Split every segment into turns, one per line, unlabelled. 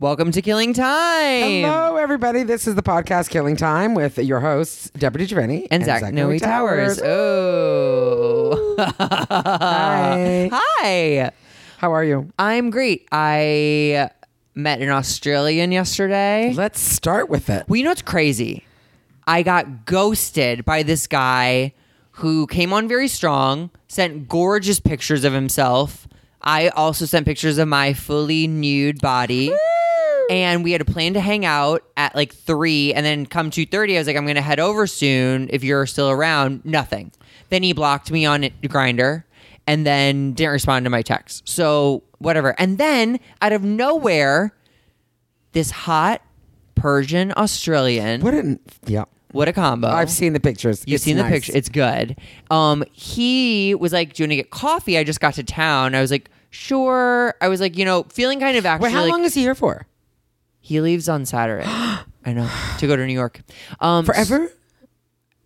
Welcome to Killing Time.
Hello, everybody. This is the podcast Killing Time with your hosts, Deborah DiGiovanni
And Zach Noe Towers. Oh.
Hi.
Hi.
How are you?
I'm great. I met an Australian yesterday.
Let's start with it.
Well, you know what's crazy? I got ghosted by this guy who came on very strong, sent gorgeous pictures of himself. I also sent pictures of my fully nude body. And we had a plan to hang out at like three, and then come two thirty. I was like, "I'm gonna head over soon. If you're still around, nothing." Then he blocked me on Grinder, and then didn't respond to my text. So whatever. And then out of nowhere, this hot Persian Australian.
What an yeah.
What a combo.
I've seen the pictures.
You've
It's
seen the
nice.
picture. It's good. Um, he was like, Do you want to get coffee? I just got to town. I was like, Sure. I was like, you know, feeling kind of actually
Wait, how
like-
long is he here for?
he leaves on Saturday. I know. To go to New York. Um
Forever?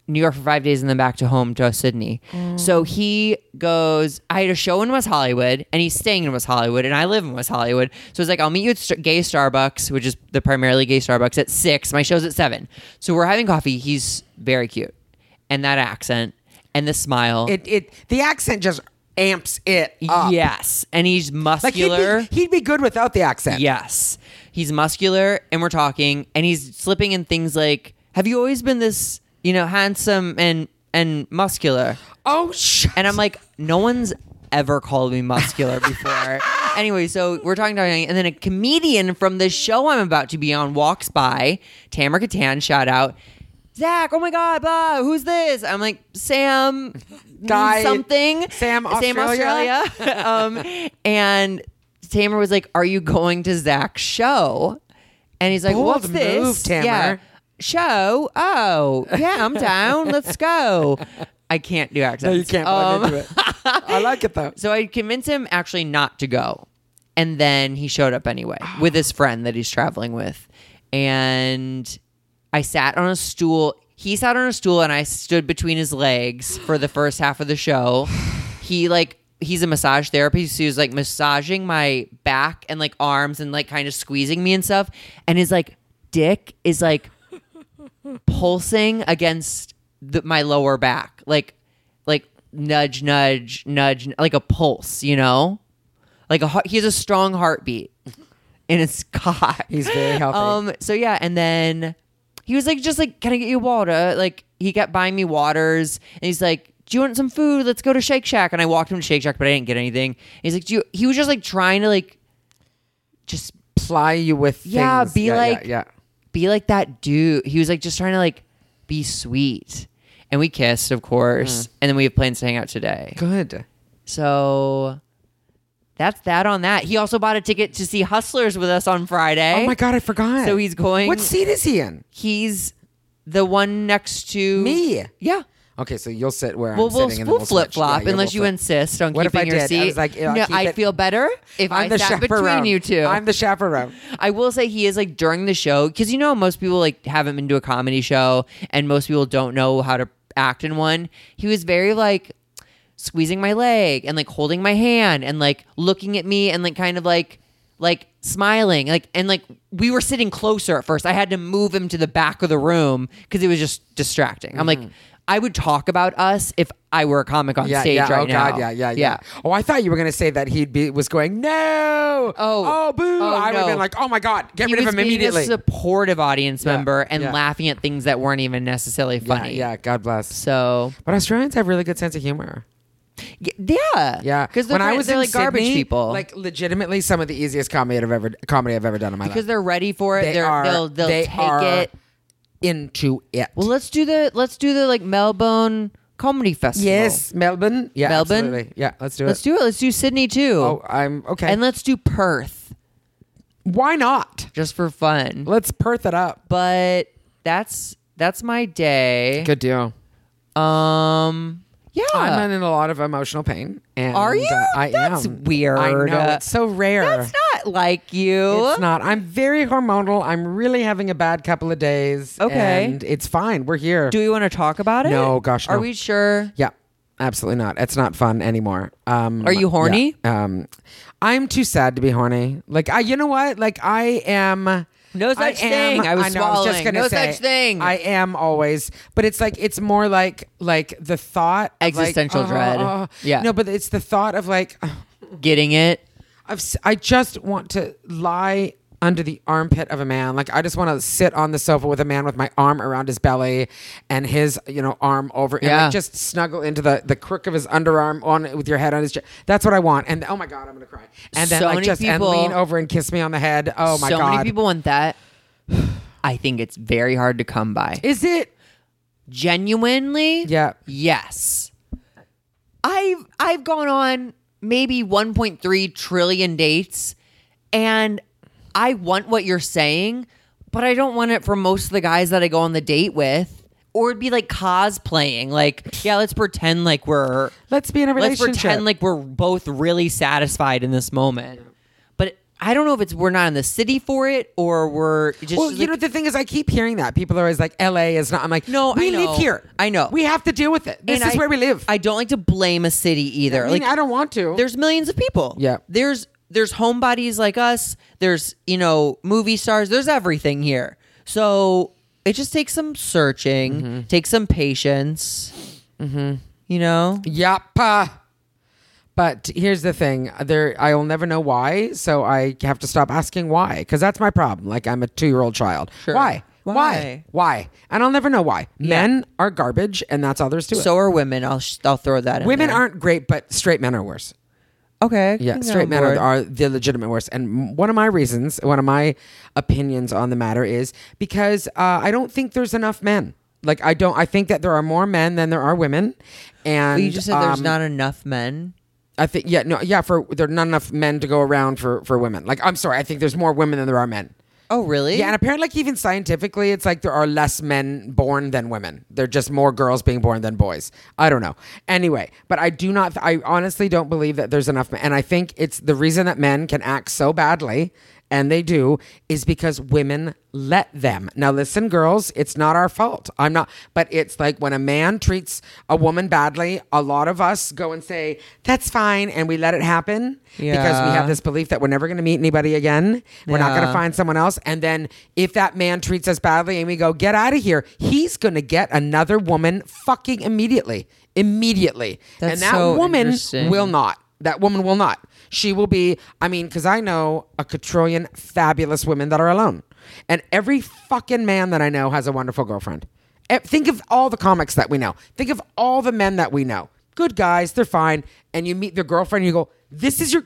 New York for five days and then back to home to Sydney.
Mm.
So he goes, I had a show in West Hollywood and he's staying in West Hollywood and I live in West Hollywood. So it's like, I'll meet you at Star- Gay Starbucks, which is the primarily gay Starbucks at six. My show's at seven. So we're having coffee. He's very cute. And that accent and the smile.
It it the accent just amps it up.
yes. And he's
Like he'd
muscular.
be, he'd be good without the accent.
Yes. He's muscular and we're talking and he's slipping in things like, have you always been this, you know, handsome and and muscular?
Oh shit.
And I'm like, no one's ever called me muscular before. anyway, so we're talking, talking, and then a comedian from the show I'm about to be on walks by. Tamara Katan, shout out. Zach, oh my God, blah, who's this? I'm like, Sam,
Guy-
something.
Sam
Sam
Australia.
Australia. um, and Tamara was like, Are you going to Zach's show? And he's like,
Bold
What's this?
move, Tamara.
Yeah. Show? Oh, yeah, I'm down. Let's go. I can't do accents.
No, you can't
Um,
blend into it. I like it though.
so I convinced him actually not to go. And then he showed up anyway with his friend that he's traveling with. And I sat on a stool. He sat on a stool and I stood between his legs for the first half of the show. He like he's a massage therapist. So he was like massaging my back and like arms and like kind of squeezing me and stuff. And his like dick is like pulsing against the, my lower back, like like nudge, nudge, nudge, like a pulse, you know, like a heart, he has a strong heartbeat in his cock.
He's very healthy.
Um. So yeah, and then he was like, just like, can I get you water? Like he kept buying me waters, and he's like. Do you want some food? Let's go to Shake Shack. And I walked him to Shake Shack, but I didn't get anything. He's like, "Do you?" He was just like trying to like, just
Ply you with
Yeah,
things.
be like-
yeah, yeah.
be like that dude. He was like just trying to like be sweet. And we kissed, of
Mm.
course. And then we have plans to hang out today.
Good.
So that's that on that. He also bought a ticket to see Hustlers with us on Friday.
Oh my god, I forgot.
So he's going-
What seat is he in?
He's the one next to
Me.
Yeah.
Okay, so you'll sit where
Well,
I'm
we'll,
sitting. and then
we'll flip
switch.
flop
Yeah, yeah,
unless
we'll
you
flip.
insist on
What if
keeping
I
your
did?
seat.
I was like, yeah, I'll
no,
keep
I
it-
feel better if
I'm
I
the
sat
chaperone.
between you two.
I'm the chaperone.
I will say he is like during the show because you know most people like haven't been to a comedy show and most people don't know how to act in one. He was very like squeezing my leg and like holding my hand and like looking at me and like kind of like like smiling like and like we were sitting closer at first. I had to move him to the back of the room because it was just distracting. I'm like. I would talk about us if I were a comic on
Mm-hmm. Yeah,
stage
yeah.
right
oh
now.
god, yeah, yeah, yeah, Oh, I thought you were gonna say that he'd be was going no.
Oh.
oh, boo!
Oh,
I would have
no.
been like, oh my god, get
he
rid of
was
him
being
immediately.
a supportive audience member and
yeah.
laughing at things that weren't even necessarily
yeah,
funny.
yeah, God bless.
So
But Australians have really good sense of humor.
y- yeah,
Yeah,
Because
when I was
they're
in
like garbage
Sydney,
people,
like legitimately some of the easiest comedy I've ever comedy I've ever done in my
because
life.
they're ready for it.
They
They are,
are-
they'll they'll
they
take
are-
it.
into it.
Well, let's do the let's do the like Melbourne comedy festival.
yes, Melbourne. Yeah,
Melbourne?
absolutely. Yeah, let's do
let's
it.
do it. Let's do Sydney too,
oh, I'm okay.
and let's do Perth
Why not?
just for fun.
Let's Perth it up.
But that's that's my day.
Good deal.
Um, yeah.
I'm in a lot of emotional pain. And
Are you?
uh, I
That's
am.
weird.
I know it's so rare.
that's not like you.
It's not. I'm very hormonal. I'm really having a bad couple of days.
Okay.
and it's fine. We're here.
Do we want to talk about it?
No, gosh,
Are
no.
we sure?
yeah, absolutely not. It's not fun anymore. Um,
Are you horny?
yeah. Um, I'm too sad to be horny. Like I, you know what? Like I am.
No such
I am-
thing. I was
know, I was just
swallowing.
gonna
No
say,
such thing.
I am always, but it's like it's more like like the thought of, like,
Existential
oh,
dread.
oh.
Yeah.
No, but it's the thought of like oh,
Getting it.
I've s- I just want to lie under the armpit of a man. Like I just want to sit on the sofa with a man with my arm around his belly and his, you know, arm over and
Yeah.
like just snuggle into the the crook of his underarm on with your head on his chest. That's what I want. And oh my god, I'm going to cry. And then
So
like
many
just and
people-
lean over and kiss me on the head. Oh my
so
god.
many people want that. I think it's very hard to come by.
Is it?
Genuinely,
Yeah.
yes. I've I've gone on maybe 1.3 trillion dates, and I want what you're saying, but I don't want it for most of the guys that I go on the date with. Or it'd be like cosplaying, like yeah, let's pretend like we're
Let's be in a
let's
relationship.
pretend like we're both really satisfied in this moment. But I don't know if it's we're not in the city for it or we're just
well, you
like-
know the thing is, I keep hearing that people are always like, "L.A. is not." I'm like,
No,
we
I know.
live here.
I know.
we have to deal with it. This
and
is
I-
where we live.
I don't like to blame a city either.
I mean,
like
I don't want to.
there's millions of people.
Yeah.
There's there's homebodies like us. There's, you know, movie stars. There's everything here. So it just takes some searching,
Mm-hmm.
takes some patience. Mm-hmm. You know?
Yep. Uh, But here's the thing: there, I will never know why, so I have to stop asking why, because that's my problem. Like I'm a two-year-old child.
Sure.
Why?
Why?
Why? Why? And I'll never know why. Men are garbage, and that's all there's to it.
So are women. I'll sh- I'll throw that in.
Women
there.
aren't great, but straight men are worse.
okay.
Yeah,
I'm
straight
on
men are,
board.
are the legitimate worst. And m- one of my reasons, one of my opinions on the matter is because uh, I don't think there's enough men. Like I don't. I think that there are more men than there are women. And
But you just said there's
um,
not enough men.
I think yeah no yeah for there are not enough men to go around for for women. Like I'm sorry, I think there's more women than there are men.
Oh, really?
Yeah, and apparently, like even scientifically, it's like there are less men born than women. There are just more girls being born than boys. I don't know. Anyway, but I do not. I honestly don't believe that there's enough. men. And I think it's the reason that men can act so badly, and they do, is because women let them. Now, listen, girls, it's not our fault. I'm not. But it's like when a man treats a woman badly, a lot of us go and say that's fine, and we let it happen because we
Yeah.
have this belief that we're never going to meet anybody again. We're not going to
Yeah.
find find someone else. And then if that man treats us badly and we go, get out of here, he's going to get another woman fucking immediately. Immediately.
That's
and that
so
woman
interesting.
will not. That woman will not. She will be, I mean, because I know a quadrillion fabulous women that are alone. And every fucking man that I know has a wonderful girlfriend. Eh, Think of all the comics that we know. Think of all the men that we know. Good guys, they're fine. And you meet their girlfriend and you go, this is your,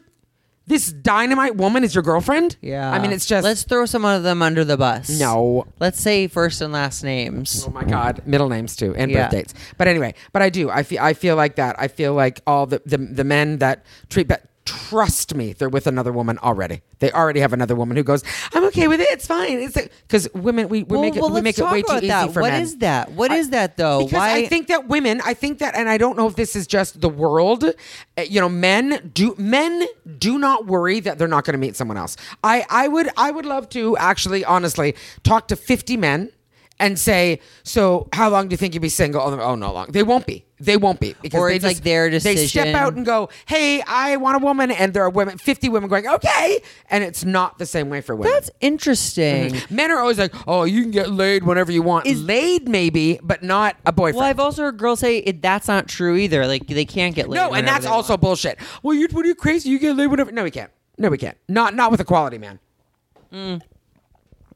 this dynamite woman is your girlfriend?
Yeah.
I mean, it's just.
let's throw some of them under the bus.
No.
Let's say first and last names.
Oh my God, middle names too, and
Yeah.
birth dates. But anyway, but I do. I feel. I feel like that. I feel like all the the, the men that treat that trust me, they're with another woman already. They already have another woman who goes, "I'm okay with it. It's fine." It's because women we, we
Well,
make it
well,
we
let's
make it
talk
way too
about
easy
that.
for
What
men.
is that? What
What is
is that, though?
Because I
Why-
think that women. I think that, and I don't know if this is just the world. uh, You know, men do men do not worry that they're not going to meet someone else. I I would I would love to actually honestly talk to fifty men and say, so how long do you think you'll be single? Oh, oh, no long. They won't be. They won't be because
Or
they
it's
just-
like their
They step
decision.
out and go, hey, I want a woman, and there are women, fifty women going, okay, and it's not the same way for women.
That's interesting.
Men are always like, "Oh, you can get laid whenever you want." laid, maybe, but not a boyfriend.
Well, I've also heard girls say it, that's not true either. Like they can't get laid.
no,
whenever
and that's
they
also
want.
bullshit. Well, you what are you crazy? You get laid whenever? No, we can't. No, we can't. Not not with a quality man.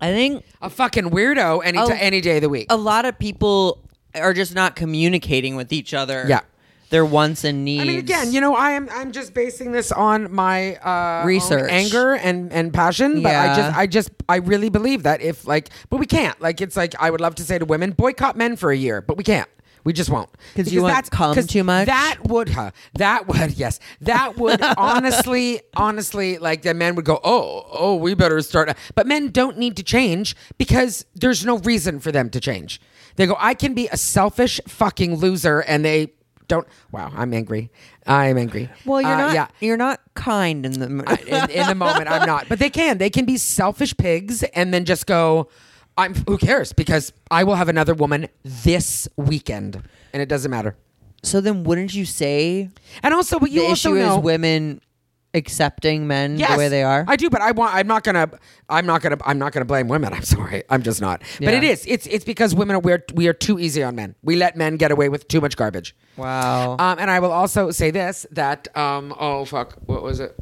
I think
A fucking weirdo any
Oh.
ti- any day of the week.
a lot of people are just not communicating with each other.
Yeah.
their wants and needs.
I mean, again, you know, I am I'm just basing this on my uh, own
Research.
anger, and and passion. But I
Yeah.
just I just I really believe that if like, but we can't. Like, it's like I would love to say to women, boycott men for a year, but we can't. We just won't
'Cause you want
that's-
cum
'cause
too much?
That would, huh, that would, yes, that would honestly, honestly, like the men would go, oh, oh, we better start. But men don't need to change because there's no reason for them to change. They go, I can be a selfish fucking loser, and they don't. Wow, I'm angry. I'm angry.
well, you're
Uh,
not.
Yeah.
You're not kind in the.
I- in, in the moment, I'm not, but they can. They can be selfish pigs and then just go, "I'm who cares?" Because I will have another woman this weekend, and it doesn't matter.
so then, wouldn't you say
And also, but you
the
also
issue
know
is women accepting men
Yes,
the way they are?
I do, but I want. I'm not gonna. I'm not gonna. I'm not gonna blame women. I'm sorry. I'm just not. But
Yeah.
it is. It's it's because women are we're, we are too easy on men. We let men get away with too much garbage.
wow.
Um, and I will also say this that um, oh fuck, what was it?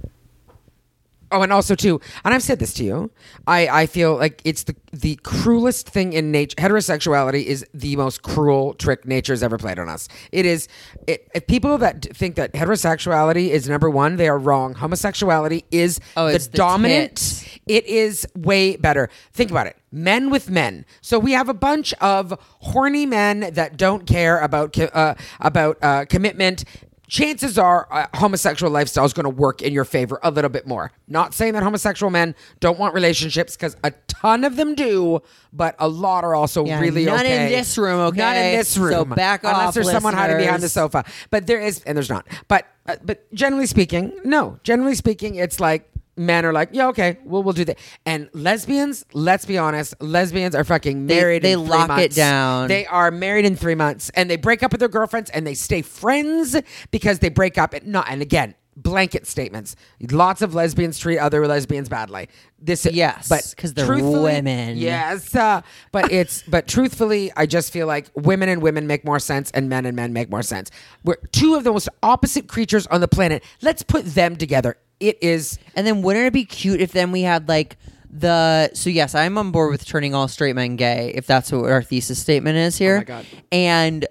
Oh, and also too, and I've said this to you. I, I feel like it's the the cruelest thing in nature. Heterosexuality is the most cruel trick nature's ever played on us. It is. It, if people that d- think that heterosexuality is number one, they are wrong. Homosexuality is
Oh,
the,
it's the
dominant.
tits.
It is way better. Think about it. Men with men. So we have a bunch of horny men that don't care about co- uh, about uh, commitment. Chances are, uh, homosexual lifestyle is going to work in your favor a little bit more. Not saying that homosexual men don't want relationships because a ton of them do, but a lot are also
Yeah,
really
not in
okay.
this room, okay?
Not in this
So
room.
back
unless
off,
there's someone hiding behind the
listeners.
sofa sofa. But there is, and there's not. But uh, but generally speaking, no. Generally speaking, it's like men are like, yeah, okay, well, we'll do that. And lesbians, let's be honest, lesbians are fucking
They-
married.
they
in three
lock it
months.
down.
They are married in three months, and they break up with their girlfriends, and they stay friends because they break up. And not, and again. Blanket statements. Lots of lesbians treat other lesbians badly. This
Yes,
but
'cause they're
truthfully-
women.
Yeah, Yes, uh, but it's but truthfully, I just feel like women and women make more sense, and men and men make more sense. We're two of the most opposite creatures on the planet. Let's put them together. It is
And then wouldn't it be cute if then we had like the so yes, I'm on board with turning all straight men gay if that's what our thesis statement is here.
Oh my God.
And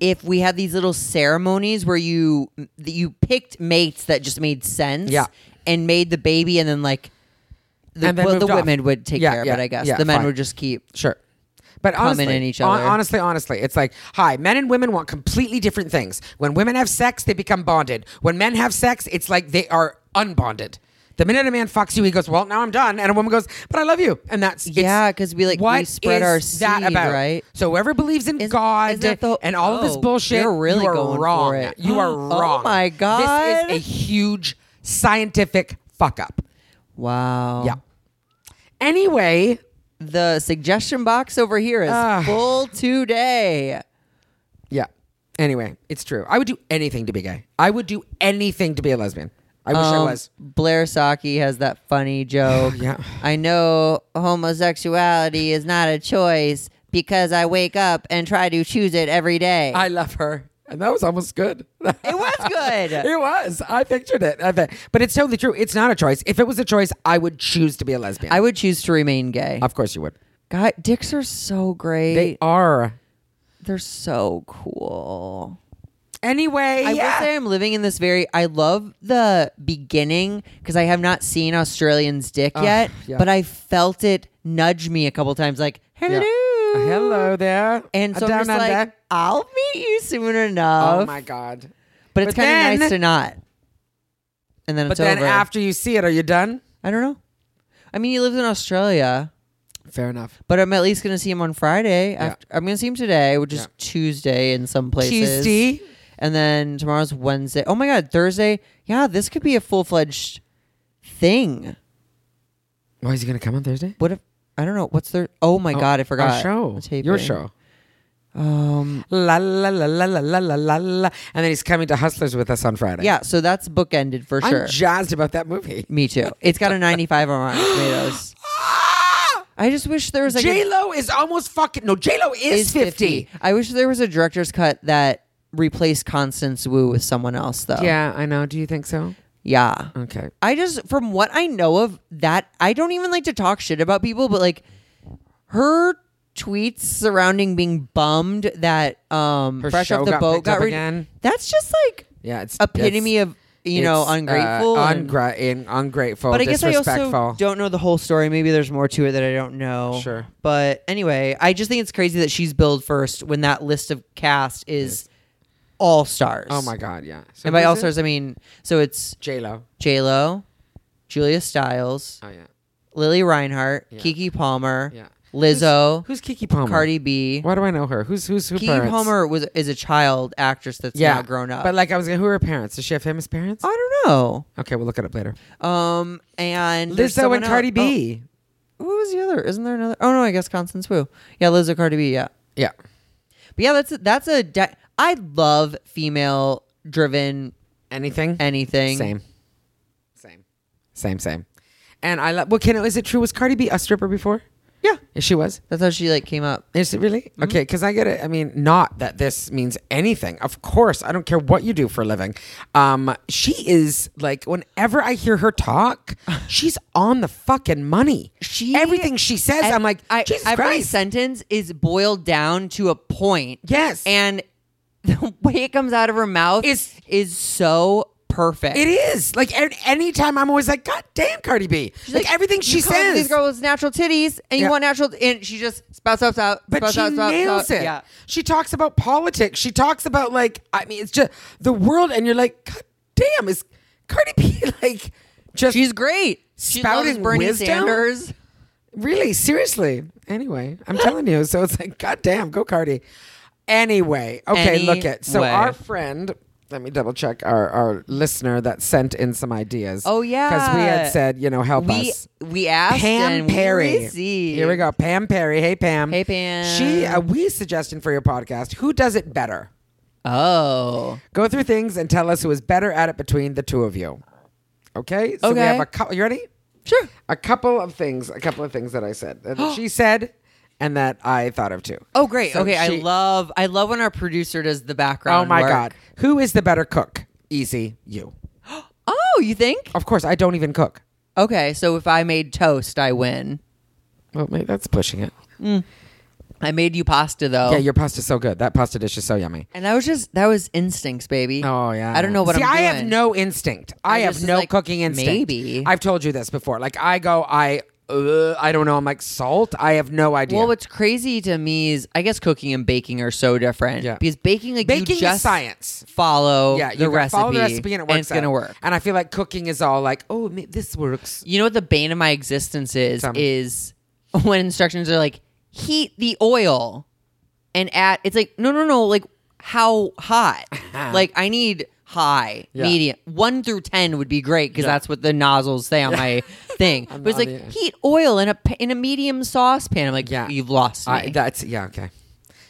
if we had these little ceremonies where you that you picked mates that just made sense
Yeah.
and made the baby and then like the,
And then
well, the
moved off.
women would take
Yeah,
care
yeah,
of it, I guess.
yeah,
the men
fine.
would just keep
Sure. But honestly,
in each
hon-
other.
honestly, honestly, it's like, hi, men and women want completely different things. When women have sex, they become bonded. When men have sex, it's like they are unbonded. The minute a man fucks you, he goes, "Well, now I'm done," and a woman goes, "But I love you," and that's it's-
Yeah, 'cause we, like, we
what
spread
is
our
that
seed,
about?
right?
So whoever believes in
Is-
God
isn't that the-
and all of this
oh,
bullshit,
you're really
you are
going for
wrong.
it.
You are
Oh
wrong.
my God.
this is a huge scientific fuck up.
wow.
Yeah. Anyway,
The suggestion box over here is
Ah.
full today.
Yeah. Anyway, it's true. I would do anything to be gay. I would do anything to be a lesbian. I wish I
Um,
was.
Blair Saki has that funny joke.
Yeah.
I know homosexuality is not a choice because I wake up and try to choose it every day.
I love her. And that was almost good. it
was good.
it was. I pictured it. I think. But it's totally true. It's not a choice. If it was a choice, I would choose to be a lesbian.
I would choose to remain gay.
of course you would.
God, dicks are so great.
They are.
They're so cool.
Anyway,
I
yeah.
will say I'm living in this very. I love the beginning because I have not seen Australian's dick yet,
yeah.
but I felt it nudge me a couple times. Like hello,
Yeah. Hello there.
and so I'm
Down
just
under.
like, I'll meet you soon enough.
oh my God.
But it's
But
kind of
then-
nice to not. And then
But
it's
then
over.
after you see it, are you done?
I don't know. I mean, he lives in Australia,
Fair enough.
but I'm at least going to see him on Friday. After, I'm going to see him today, which
Yeah.
is Tuesday in some places.
Tuesday.
And then tomorrow's Wednesday. Oh my God, Thursday. Yeah, this could be a full fledged thing.
Oh, is he going to come on Thursday?
What if. I don't know. What's their. Oh my God, I forgot.
Our show.
Taping.
Your show.
Um,
La la la la la la la la la. And then he's coming to Hustlers with us on Friday.
yeah, so that's bookended for
I'm
sure.
jazzed about that movie.
Me too. It's got a 95 on Rotten Tomatoes.
Ah!
I just wish there was like a
J Lo is almost fucking no. J Lo is,
is
50.
50. I wish there was a director's cut that replaced Constance Wu with someone else, though.
Yeah, I know. Do you think so?
Yeah.
Okay.
I just, from what I know of that, I don't even like to talk shit about people, but like her tweets surrounding being bummed that um
Her
Fresh
show
Off the
got
Boat
picked up
got re-
again.
That's just like
Yeah, it's
epitome
it's-
of, you know,
it's, uh,
ungrateful. and-
ungra- and ungrateful,
but I guess I
disrespectful.
also don't know the whole story. Maybe there's more to it that I don't know.
Sure.
But anyway, I just think it's crazy that she's billed first when that list of cast is all stars.
oh my god, yeah. So
And by
who's
all
it?
stars, I mean so it's
J Lo.
J Lo, Julia Stiles,
Oh yeah,
Lily Reinhart,
Yeah.
Kiki Palmer,
yeah.
Lizzo,
Who's, who's Kiki Palmer?
Cardi B.
Why do I know her? Who's who's who?
Kiki
parents?
Palmer was is a child actress that's
Yeah,
now grown up.
But like, I was. Who are her parents? Does she have famous parents?
I don't
Okay, we'll look it up later.
know. Um, and there's
Lizzo
someone
and Cardi
else-
B.
Oh, who was the other? Isn't there another? Oh no, I guess Constance Wu. Yeah, Lizzo, Cardi B. Yeah.
Yeah.
But yeah, that's that's a. De- I love female driven
Anything?
anything.
Same. Same, same. And I love. Well, can is it true? Was Cardi B a stripper before?
Yeah. Mm-hmm.
She was.
That's how she like came up.
Is it really? Okay, because I get it. I mean, not that this means anything. Of course, I don't care what you do for a living. Um, she is like, whenever I hear her talk, she's on the fucking money.
She-
everything she says, I'm like,
I,
Jesus
every
Christ.
sentence is boiled down to a point.
Yes.
and the way it comes out of her mouth
It's-
is is so perfect.
it is like an- anytime I'm always like, God damn, Cardi B! Like, everything she
you call
says,
These girls natural titties, and
Yeah.
you want natural, and she just spouts out, out
but
spouts
she
out, spouts
nails
out.
it.
Yeah.
She talks about politics. She talks about like, I mean, it's just the world, and you're like, God damn, is Cardi B like just
She's great. She loves
Spouting
Bernie
wisdom?
Sanders.
Really, seriously. Anyway, I'm telling you. So it's like, God damn, go Cardi. Anyway, okay, look at. So
Anyway.
our friend, let me double check our, our listener that sent in some ideas.
Oh, yeah.
Because we had said, you know, help
We
us.
we asked
Pam
and we
Perry.
received.
Here we go. Pam Perry. Hey, Pam.
Hey, Pam.
She, a wee suggestion for your podcast. Who does it better?
Oh,
Go through things and tell us who is better at it between the two of you. Okay? So we
Okay.
have a couple. You ready?
sure.
a couple of things a couple of things that i said that she said and that i thought of too
Oh, great.
So
okay, I
she-
love I love when our producer does the background.
oh my
work.
god who is the better cook easy you
Oh, you think?
of course i don't even cook
Okay, so if I made toast, I win.
well maybe that's pushing it
I made you pasta though.
yeah your pasta's so good that pasta dish is so yummy
And that was just that was instincts, baby.
Oh yeah,
I don't know what
See,
I'm
I
doing.
have no instinct. I,
I
have
just
no
like,
cooking instinct.
maybe.
I've told you this before. Like I go, I, uh, I don't know. I'm like salt. I have no idea.
Well, what's crazy to me is I guess cooking and baking are so different.
Yeah.
Because baking like
Baking
you
is
just
science.
Follow
yeah, you
the
gotta
recipe.
follow the recipe and it works.
it's gonna
out.
work.
And I feel like cooking is all like, oh, ma- this works.
You know what the bane of my existence is
Tell me.
is when instructions are like heat the oil and add it's like no no no like how hot like I need high
Yeah.
medium one through ten would be great because that's what the nozzles say on my thing but it's
on
like
the-
heat oil in a pa- in a medium saucepan I'm like
Yeah.
you've lost me
I, that's yeah, okay.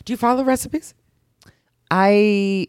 Do you follow recipes?
I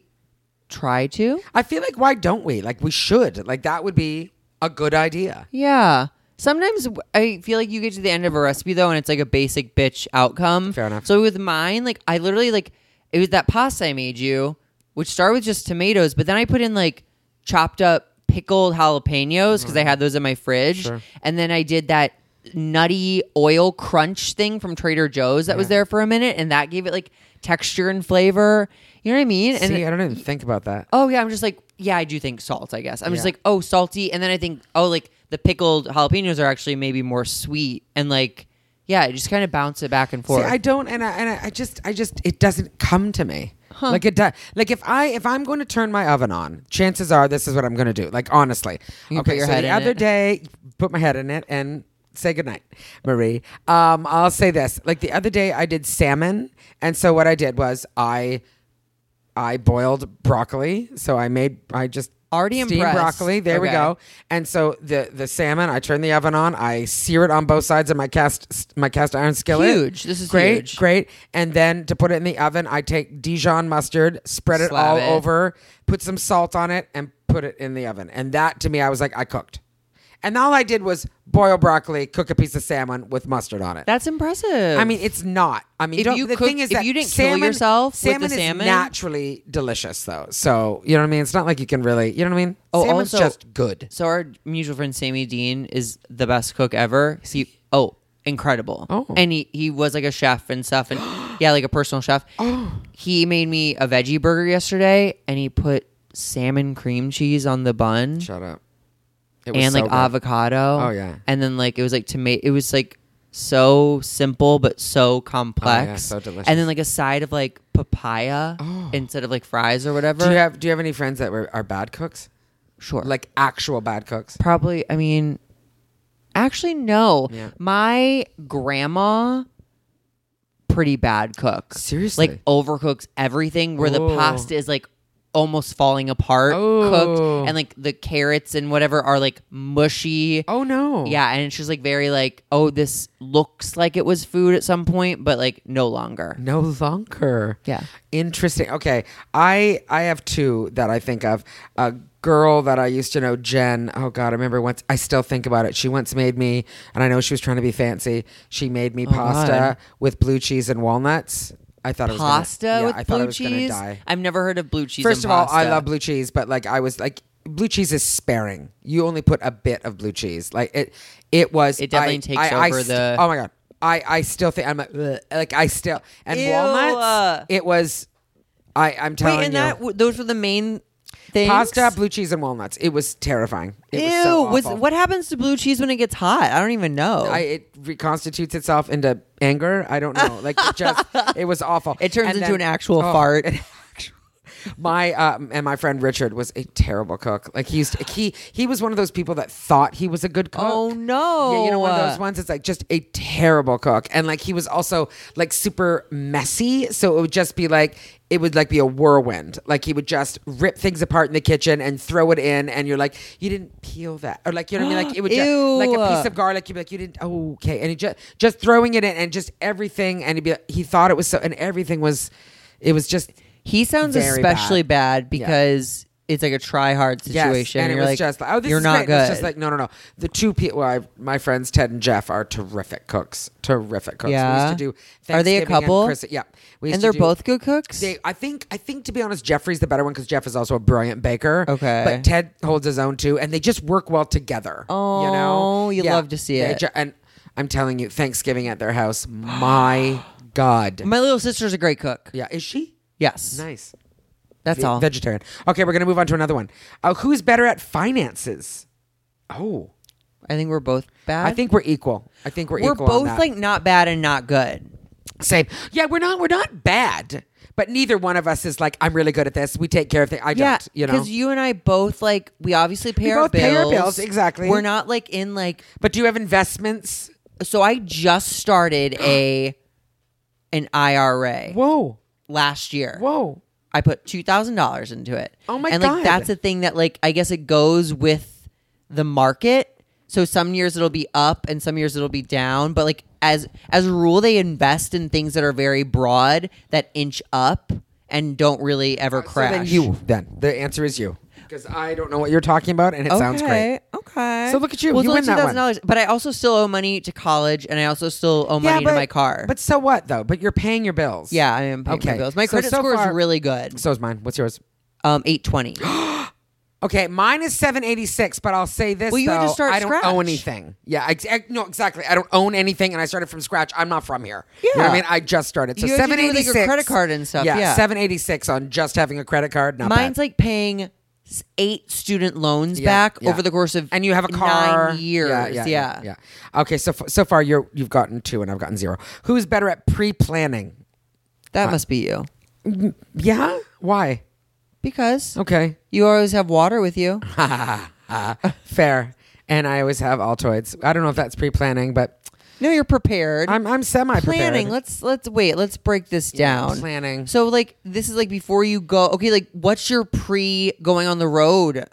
try to
I feel like why don't we? Like we should. Like that would be a good idea.
Yeah. Sometimes w- I feel like you get to the end of a recipe though, and it's like a basic bitch outcome.
Fair enough.
So with mine, like I literally like it was that pasta I made you, which started with just tomatoes, but then I put in like chopped up pickled jalapenos because
Mm-hmm.
I had those in my fridge, and then I did that nutty oil crunch thing from Trader Joe's that was there for a minute, and that gave it like texture and flavor. You know what I mean? and
See, I don't even think about that.
oh yeah, I'm just like, yeah, I do think salt, I guess. I'm just
Yeah.
like, oh, salty. And then I think, oh, like the pickled jalapenos are actually maybe more sweet. And like, yeah, I just kind of bounce it back and forth.
See, I don't, and I, and I, I just, I just, it doesn't come to me. Like it does. Like if I, if I'm going to turn my oven on, chances are this is what I'm going to do. Like honestly,
You put your
so
head
the
in
other
it.
day, put my head in it and say goodnight, Marie. Um, I'll say this. Like the other day, I did salmon, and so what I did was I, I boiled broccoli. So I made, I just.
Already
steamed
impressed.
broccoli. There we
Okay.
go. And so the the salmon, I turn the oven on. I sear it on both sides of my cast my cast iron skillet.
Huge. This is
great,
huge.
great. And then to put it in the oven, I take Dijon mustard, spread it
Slab
all
it.
over, put some salt on it, and put it in the oven. And that to me, I was like, I cooked. And all I did was boil broccoli, cook a piece of salmon with mustard on it.
That's impressive.
I mean, it's not. I mean,
If
don't,
you
the
cook-
thing is
if
that
you didn't kill
salmon,
yourself with the
salmon
salmon-
is naturally delicious, though. So you know what I mean. It's not like you can really, you know what I mean.
Oh,
Salmon's
also-
just good.
so our mutual friend Sammy Dean is the best cook ever. See, oh, incredible.
Oh.
And he, he was like a chef and stuff. And yeah, like a personal chef. Oh. He made me a veggie burger yesterday and he put salmon cream cheese on the bun.
Shut up. It
and
so
like
good.
avocado.
Oh, yeah.
And then like it was like tomato. It was like so simple but so complex.
Oh, so delicious. Oh.
And then like a side of like papaya instead of like fries or whatever.
Do you have Do you have any friends that were, are bad cooks?
sure. Like
Like actual bad cooks?
probably. I mean, actually no.
Yeah.
My grandma. Pretty bad cook.
Seriously?
Like overcooks everything where
Oh.
the pasta is like almost falling apart,
Oh.
cooked, and like the carrots and whatever are like mushy.
Oh no.
Yeah, and it's just like very like, oh, this looks like it was food at some point, but like no longer.
No longer.
Yeah.
Interesting. Okay. I I have two that I think of. A girl that I used to know, Jen. Oh God, I remember once. I still think about it. She once made me, and I know she was trying to be fancy. She made me pasta
Oh, God.
with blue cheese and walnuts. I thought it was gonna-
pasta
yeah,
with
I thought I
blue
was
cheese.
Gonna die.
I've never heard of blue cheese.
First
in
of all, I
pasta.
love blue cheese, but like I was like blue cheese is sparing. You only put a bit of blue cheese. Like it it was
It definitely
I-
takes
I- I
over
st-
the-
Oh my god. I I still think I'm like, "Ugh," like I still and
Ew.
walnuts it was I I'm telling
Wait, and
you
that w- those were the main things.
pasta, blue cheese and walnuts. It was terrifying. It
Ew.
was so
was-
awful.
what happens to blue cheese when it gets hot? I don't even know.
I, it reconstitutes itself into anger. I don't know. Like it just, it was awful.
it turns
And
into an
then-
actual
oh,
fart.
my um, and my friend Richard was a terrible cook. Like he used to, he he was one of those people that thought he was a good cook.
Oh, no.
Yeah, you know one of those ones. It's like just a terrible cook, and like he was also like super messy. So it would just be like it would like be a whirlwind. Like he would just rip things apart in the kitchen and throw it in, and you're like, you didn't peel that, or like you know what I mean. Like it would just, like a
Ew.
piece of garlic. You'd be like, you didn't. Oh, okay, and he just just throwing it in, and just everything, and he'd be like, he thought it was so, and everything was. It was just
He sounds
Very
especially bad, because it's like a try hard
Yes,
situation.
and it
you're
was
like,
just like, oh, this
you're
is
not
great. It was
good.
just like, no, no, no. The two people, well, I, my friends Ted and Jeff, are terrific cooks. Terrific cooks. We
Yeah.
used to do.
Are they a
Thanksgiving and
couple?
Christ- yeah. We used
and
to
they're
do-
both good cooks.
They, I think, I think to be honest, Jeffrey's the better one because Jeff is also a brilliant baker.
Okay.
but Ted holds his own too, and they just work well together. you know,
Oh, you love to see
They
it.
ju- and I'm telling you, Thanksgiving at their house, my God,
My little sister's a great cook.
yeah, is she
Yes,
nice?
that's
Ve-
all.
Vegetarian. Okay, we're gonna move on to another one. Uh, who's better at finances? Oh,
I think we're both bad.
I think we're equal. I think Uh, we're,
we're
equal. on
both
that.
like not bad and not good.
same. Yeah, we're not. We're not bad, but neither one of us is like I'm really good at this. We take care of things. I
Yeah,
don't. You know.
because you and I both like we obviously pay our
both
bills.
pay our bills, exactly.
We're not like in like.
but do you have investments?
So I just started a an IRA
Whoa,
last year.
whoa.
I put two thousand dollars into it.
Oh my
and, And
God.
like that's a thing that like I guess it goes with the market. So some years it'll be up and some years it'll be down. But like as as a rule, they invest in things that are very broad that inch up and don't really ever crash.
So then you. Then the answer is you. Because I don't know what you're talking about, and it sounds great.
Okay.
So look at you.
Well,
You
it's
win
only
that one.
$2,000, But I also still owe money to college, and I also still owe money to my car.
But so what though? But you're paying your bills.
yeah, I am paying
Okay.
my bills. My
So,
credit
so
score
far-
is really good.
So is mine. What's yours?
Um, eight twenty.
Okay, mine is seven eighty six, but I'll say this:
Well, you had to
though,
start
I don't
scratch.
own anything. Yeah, ex- ex- no, exactly. I don't own anything, and I started from scratch. I'm not from here. you know what I
Yeah.
mean, I just started. So
You had to
seven
do, like,
eighty
your
six,
credit card and stuff, yeah.
seven eighty six on just having a credit card. Not
Mine's
bad.
like paying s- eight student loans
Yeah,
back
yeah.
over the course of
and you have a car
nine years.
Yeah, yeah, yeah. yeah. Okay, so f- so far you're you've gotten two, and I've gotten zero. Who's better at pre planning?
that must be you
Yeah, why?
because
Okay,
you always have water with you.
fair. And I always have Altoids. I don't know if that's pre planning, but
No, you're prepared.
I'm I'm semi
planning. Let's let's wait. Let's break this down.
planning.
So like this is like before you go. Okay, like what's your pre going on the road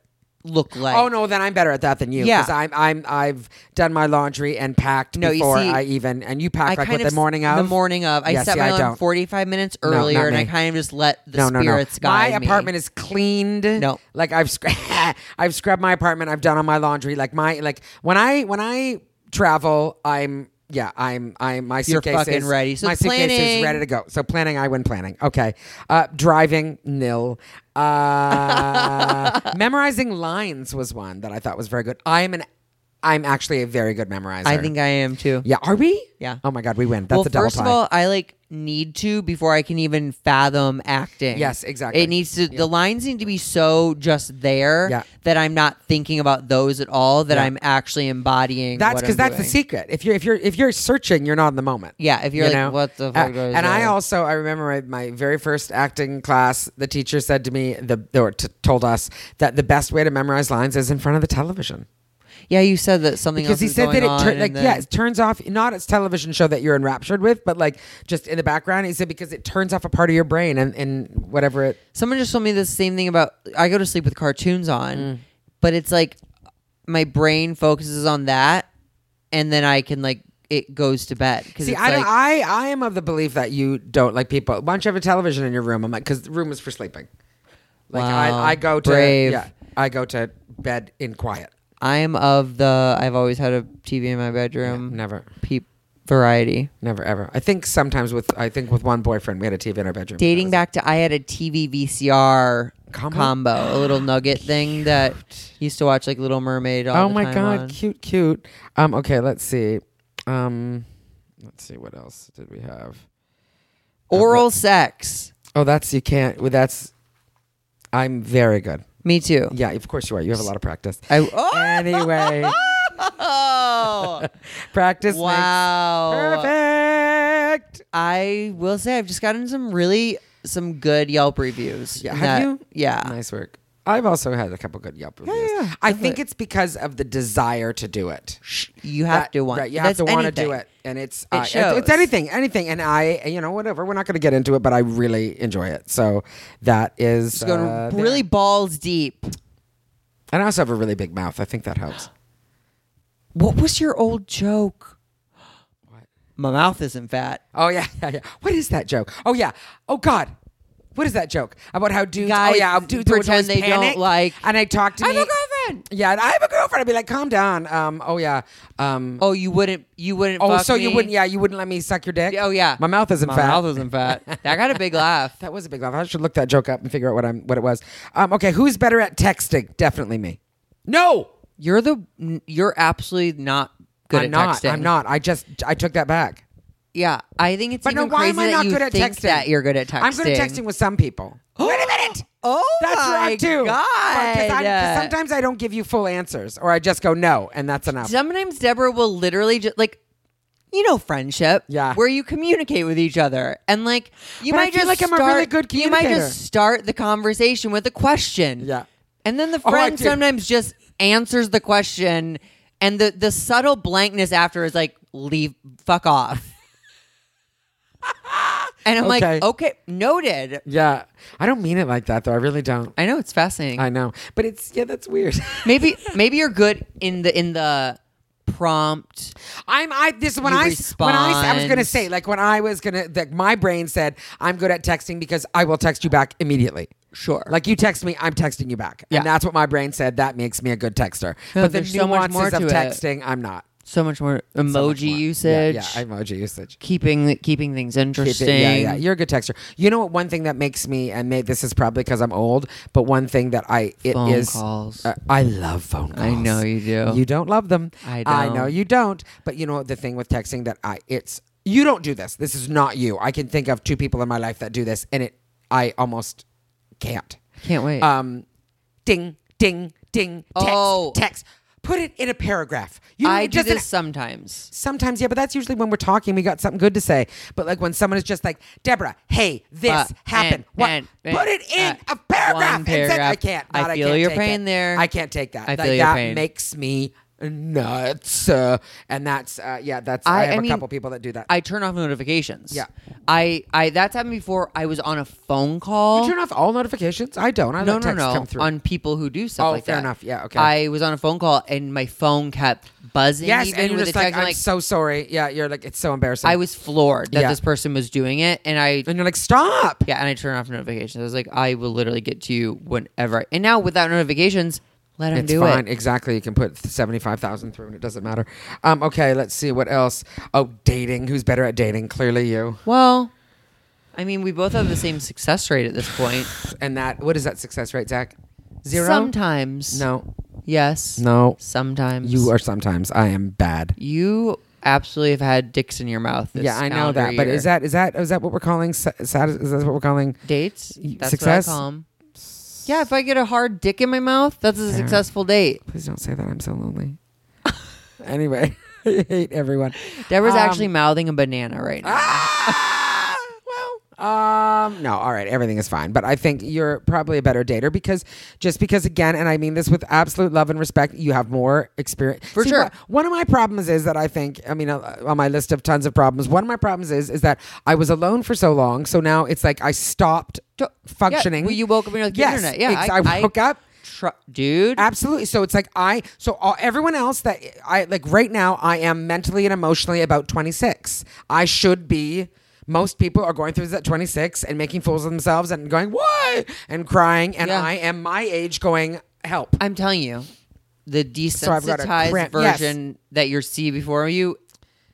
look like?
Oh no, then I'm better at that than you.
Yeah.
because I'm I'm I've done my laundry and packed
No, you
before
see,
I even and you pack like with
of
the morning
s-
of
the morning of. I
Yeah,
set
see,
my
I
alarm
don't.
45 minutes earlier,
not
and I
me.
kind of just let the
No, no, no.
spirits
My
guide me.
apartment is cleaned.
No.
like I've scr- I've scrubbed my apartment. I've done all my laundry. Like my like when I when I travel, I'm. Yeah, I'm. I'm. My suitcase
fucking
is
ready. So
my suitcase is
planning-
ready to go. So planning, I win planning. Okay, uh, driving nil. Uh, memorizing lines was one that I thought was very good. I am an. I'm actually a very good memorizer.
I think I am too.
Yeah, are we?
Yeah.
Oh my God, we win. That's
well,
a double
first
tie.
of all, I like need to before I can even fathom acting.
Yes, exactly.
It needs to. The lines need to be so just there
Yeah.
that I'm not thinking about those at all. That
Yeah.
I'm actually embodying.
that's
because
because that's the secret. If you're if you're if you're searching, you're not in the moment.
Yeah, if you're
You
like,
know?
what the
Uh,
fuck? goes
and I
on?
also I remember my, my very first acting class. The teacher said to me the or t- told us that the best way to memorize lines is in front of the television
Yeah, you said that something else
because he
was
said that
going
it
on
tur-
and
like
then-
yeah it turns off not its television show that you're enraptured with, but like just in the background. He said because it turns off a part of your brain and and whatever it
Someone just told me the same thing about I go to sleep with cartoons on, but it's like my brain focuses on that, and then I can like it goes to bed because
See,
it's
I,
like
don't, I I am of the belief that you don't like people. Why don't you have a television in your room? I'm like, because the room is for sleeping. Like
Wow.
I, I go to
Brave.
yeah. I go to bed in quiet.
I'm of the. I've always had a TV in my bedroom.
Never,
Peep variety.
never, ever. I think sometimes with I think with one boyfriend we had a TV in our bedroom.
Dating back
That
to, I had a TV VCR
Combo?
combo, a little nugget thing that used to watch like Little Mermaid. All
was- Oh
the
my
time
god,
on.
cute, cute. Um, okay, let's see. Um, let's see what else did we have.
Oral sex.
Oh, that's you can't. Well, that's. I'm very good.
Me too.
Yeah, of course you are. You have a lot of practice.
I. Oh!
Anyway, practice
wow.
makes perfect.
I will say I've just gotten some really some good Yelp reviews.
Yeah, have
That-
you?
Yeah.
Nice work. I've also had a couple good Yelp reviews.
Ah. yeah,
I think it's because of the desire to do it.
Sh- You have
That-
to want.
right, you have
that's
to want to do
anything.
it, and it's uh, it's-
shows.
it's anything, anything. And I, you know, whatever. We're not going to get into it, but I really enjoy it. So that is
Just going
uh, there.
really balls deep.
And I also have a really big mouth. I think that helps.
What was your old joke? My mouth isn't fat.
Oh yeah, yeah, yeah. What is that joke? Oh yeah. Oh God. What is that joke about how dudes? oh
Guys
yeah, how dudes would
pretend
always
they don't
panic,
like-
And I talk to
I have
me.
a girlfriend.
Yeah, and I have a girlfriend. I'd be like, calm down. Um. Oh yeah. Um.
Oh, you wouldn't. You wouldn't.
Oh,
fuck
so you
me?
wouldn't? Yeah, you wouldn't let me suck your dick.
Oh yeah.
My mouth isn't
My
fat.
mouth isn't fat. I got a big laugh.
that was a big laugh. I should look that joke up and figure out what I'm what it was. Um. Okay, who's better at texting? Definitely me. No.
You're the. You're absolutely not good
I'm
at
not.
texting.
I'm not. I just I took that back.
Yeah, I think it's
But no,
even
why
crazy
am I
that
not
you
good at
think
texting?
that you're good at texting.
I'm good at texting with some people. Wait a minute.
Oh
That's
my
wrong too.
God.
Because I'm- 'cause sometimes I don't give you full answers, or I just go no, and that's enough.
sometimes Deborah will literally just like you know friendship
Yeah.
where you communicate with each other and like you
But I
might
feel
just
like I'm a
start,
really good
you might
communicator.
just start the conversation with a question
Yeah.
and then the
Oh, I
friend
do.
sometimes just answers the question and the the subtle blankness after is like leave fuck off and I'm
Okay.
like okay noted
Yeah, I don't mean it like that though. I really don't.
I know it's fascinating
I know, but it's yeah, that's weird.
maybe maybe you're good in the in the prompt
I'm I this is when
You
I when I I was
respond.
gonna say like when I was gonna like my brain said I'm good at texting because I will text you back immediately.
sure
Like you text me, I'm texting you back,
Yeah.
and that's what my brain said. That makes me a good texter.
No,
but the
there's so much
nuances
more
of
to it.
texting, I'm not.
so much more emoji
So much more.
usage.
Yeah, yeah, emoji usage.
keeping keeping things
Keep
interesting.
it- Yeah, yeah. You're a good texter. You know what? One thing that makes me, and may, this is probably because I'm old, but one thing that I it is
Phone calls.
uh, I love phone calls.
I know you do.
You don't love them.
I
I know
don't.
you don't. But you know what? The thing with texting that I it's you don't do this. This is not you. I can think of two people in my life that do this, and it I almost can't.
Can't wait.
Um, ding, ding, ding. Text,
Oh.
text. Put it in a paragraph. You know,
I do
just an
this sometimes.
Sometimes, yeah, but that's usually when we're talking, we got something good to say. But like when someone is just like, Deborah, hey, this
Uh,
happened.
and-
what?
and-
Put it in
uh,
a paragraph.
one
and send- I
paragraph.
can't.
I
Not,
feel
can't
your
take
pain
it.
there.
I can't take that.
I
Like,
feel your
that
pain.
makes me nuts. Uh, and that's, uh, yeah, that's, I,
I-
have
I
a
mean-
couple people that do that.
I turn off notifications.
Yeah.
I I that's happened before. I was on a phone call.
Turn off all notifications. I don't. I
no,
let
no,
texts
no.
come through.
On people who do stuff
Oh,
like
fair
that.
enough. Yeah, okay.
I was on a phone call and my phone kept buzzing.
yes,
even
and you're
with
just
the
like,
text.
I'm
I'm like,
so sorry. Yeah, you're like, it's so embarrassing.
I was floored that
Yeah.
this person was doing it, and I
and you're like, stop.
Yeah, and I turn off notifications. I was like, I will literally get to you whenever. I, and now without notifications, let him
It's
do
fine.
it.
Exactly. You can put 75,000 through and it doesn't matter. Um, okay, let's see what else. Oh, dating. Who's better at dating? Clearly you.
Well, I mean, we both have the same success rate at this point.
And that, what is that success rate, Zach? Zero?
Sometimes.
No.
Yes.
No.
Sometimes.
You are sometimes. I am bad.
You absolutely have had dicks in your mouth. This
yeah, I know
calendar
that. But
year.
is that, is that, is that what we're calling, sa- sat- is that what we're calling?
dates?
Y-
That's
success?
what I call 'em. Yeah, if I get a hard dick in my mouth, that's a successful date.
Please don't say that. I'm so lonely. anyway, I hate everyone.
Deborah's
Um,
actually mouthing a banana right now.
Ah, well, um, no, all right, everything is fine. But I think you're probably a better dater because just because, again, and I mean this with absolute love and respect, you have more experience
For sure.
wh- One of my problems is that I think, I mean, uh, on my list of tons of problems, one of my problems is is that I was alone for so long, so now it's like I stopped functioning.
Yeah, well, you woke up and you're like, the
yes,
internet. Yeah,
ex- I, woke up.
Tr- dude.
Absolutely. So it's like I so all, everyone else that I like right now I am mentally and emotionally about 26. I should be most people are going through this at 26 and making fools of themselves and going why and crying and
Yeah.
I am my age going help.
I'm telling you, the
I've got a
desensitized
cramp. Yes.
version that you see before you,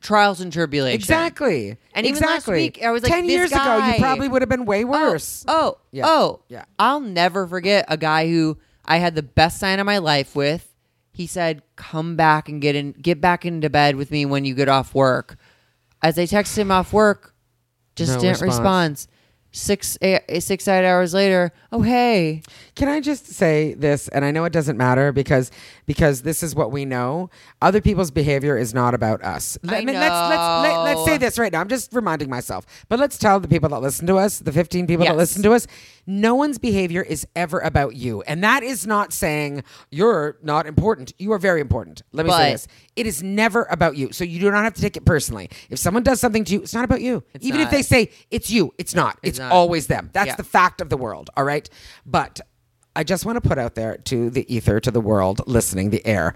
trials and tribulations.
Exactly.
And even last
exactly.
week, I was like,
ten
this
years ago,
guy-
you probably would have been way
Oh,
worse.
Oh,
Yeah.
oh,
Yeah.
I'll never forget a guy who I had the best sign of my life with. He said, "Come back and get in, get back into bed with me when you get off work." As I texted him off work, just
No
didn't
response.
respond. Six eh, six eight hours later, oh hey,
Can I just say this? And I know it doesn't matter because because this is what we know. Other people's behavior is not about us.
I
let's let's let,
know.
let's say this right now. I'm just reminding myself, but let's tell the people that listen to us, the 15 people that
Yes.
listen to us, no one's behavior is ever about you, and that is not saying you're not important. You are very important. Let me say
But-
this: it is never about you, so you do not have to take it personally. If someone does something to you, it's not about you. Even if
not.
they say it's you, it's not. It's,
not.
always them. That's
Yeah.
the fact of the world. All right. But I just want to put out there to the ether, to the world listening, the air.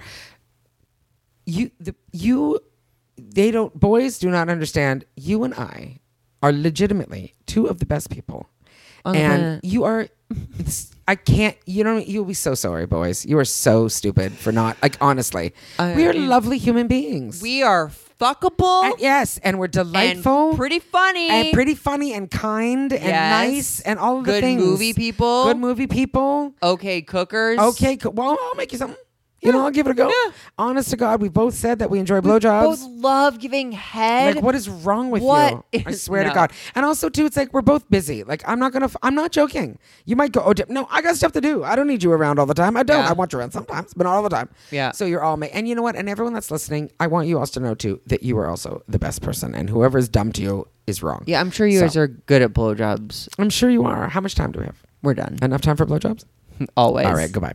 You, the, you, they don't, boys do not understand. You and I are legitimately two of the best people.
On the
and
planet.
you are, it's- I can't, you know, you'll be so sorry, boys. You are so stupid for not, like, honestly.
I-
we are lovely human beings.
we are fuckable
And- yes. And we're
and
delightful.
pretty funny
And pretty funny and kind and
Yes.
nice and all of the
Good
things.
movie people.
Good movie people.
okay cookers.
Okay, cool. well, I'll make you something. You know, I'll give it a go.
Yeah.
Honest to God, we both said that we enjoy
both
blowjobs.
love giving head.
Like, what is wrong with
What
you? I
is-
swear to
no.
God. And also, too, it's like we're both busy. Like, I'm not gonna. F- I'm not joking. You might go. Oh, di- no, I got stuff to do. I don't need you around all the time. I don't.
Yeah.
I want you around sometimes, but not all the time.
Yeah.
So you're all ma And you know what? And everyone that's listening, I want you also to know too that you are also the best person. And whoever is dumb to you is wrong.
Yeah, I'm sure you
So-
guys are good at blowjobs.
I'm sure you are. How much time do we have?
We're done.
Enough time for blowjobs?
Always.
All right, goodbye.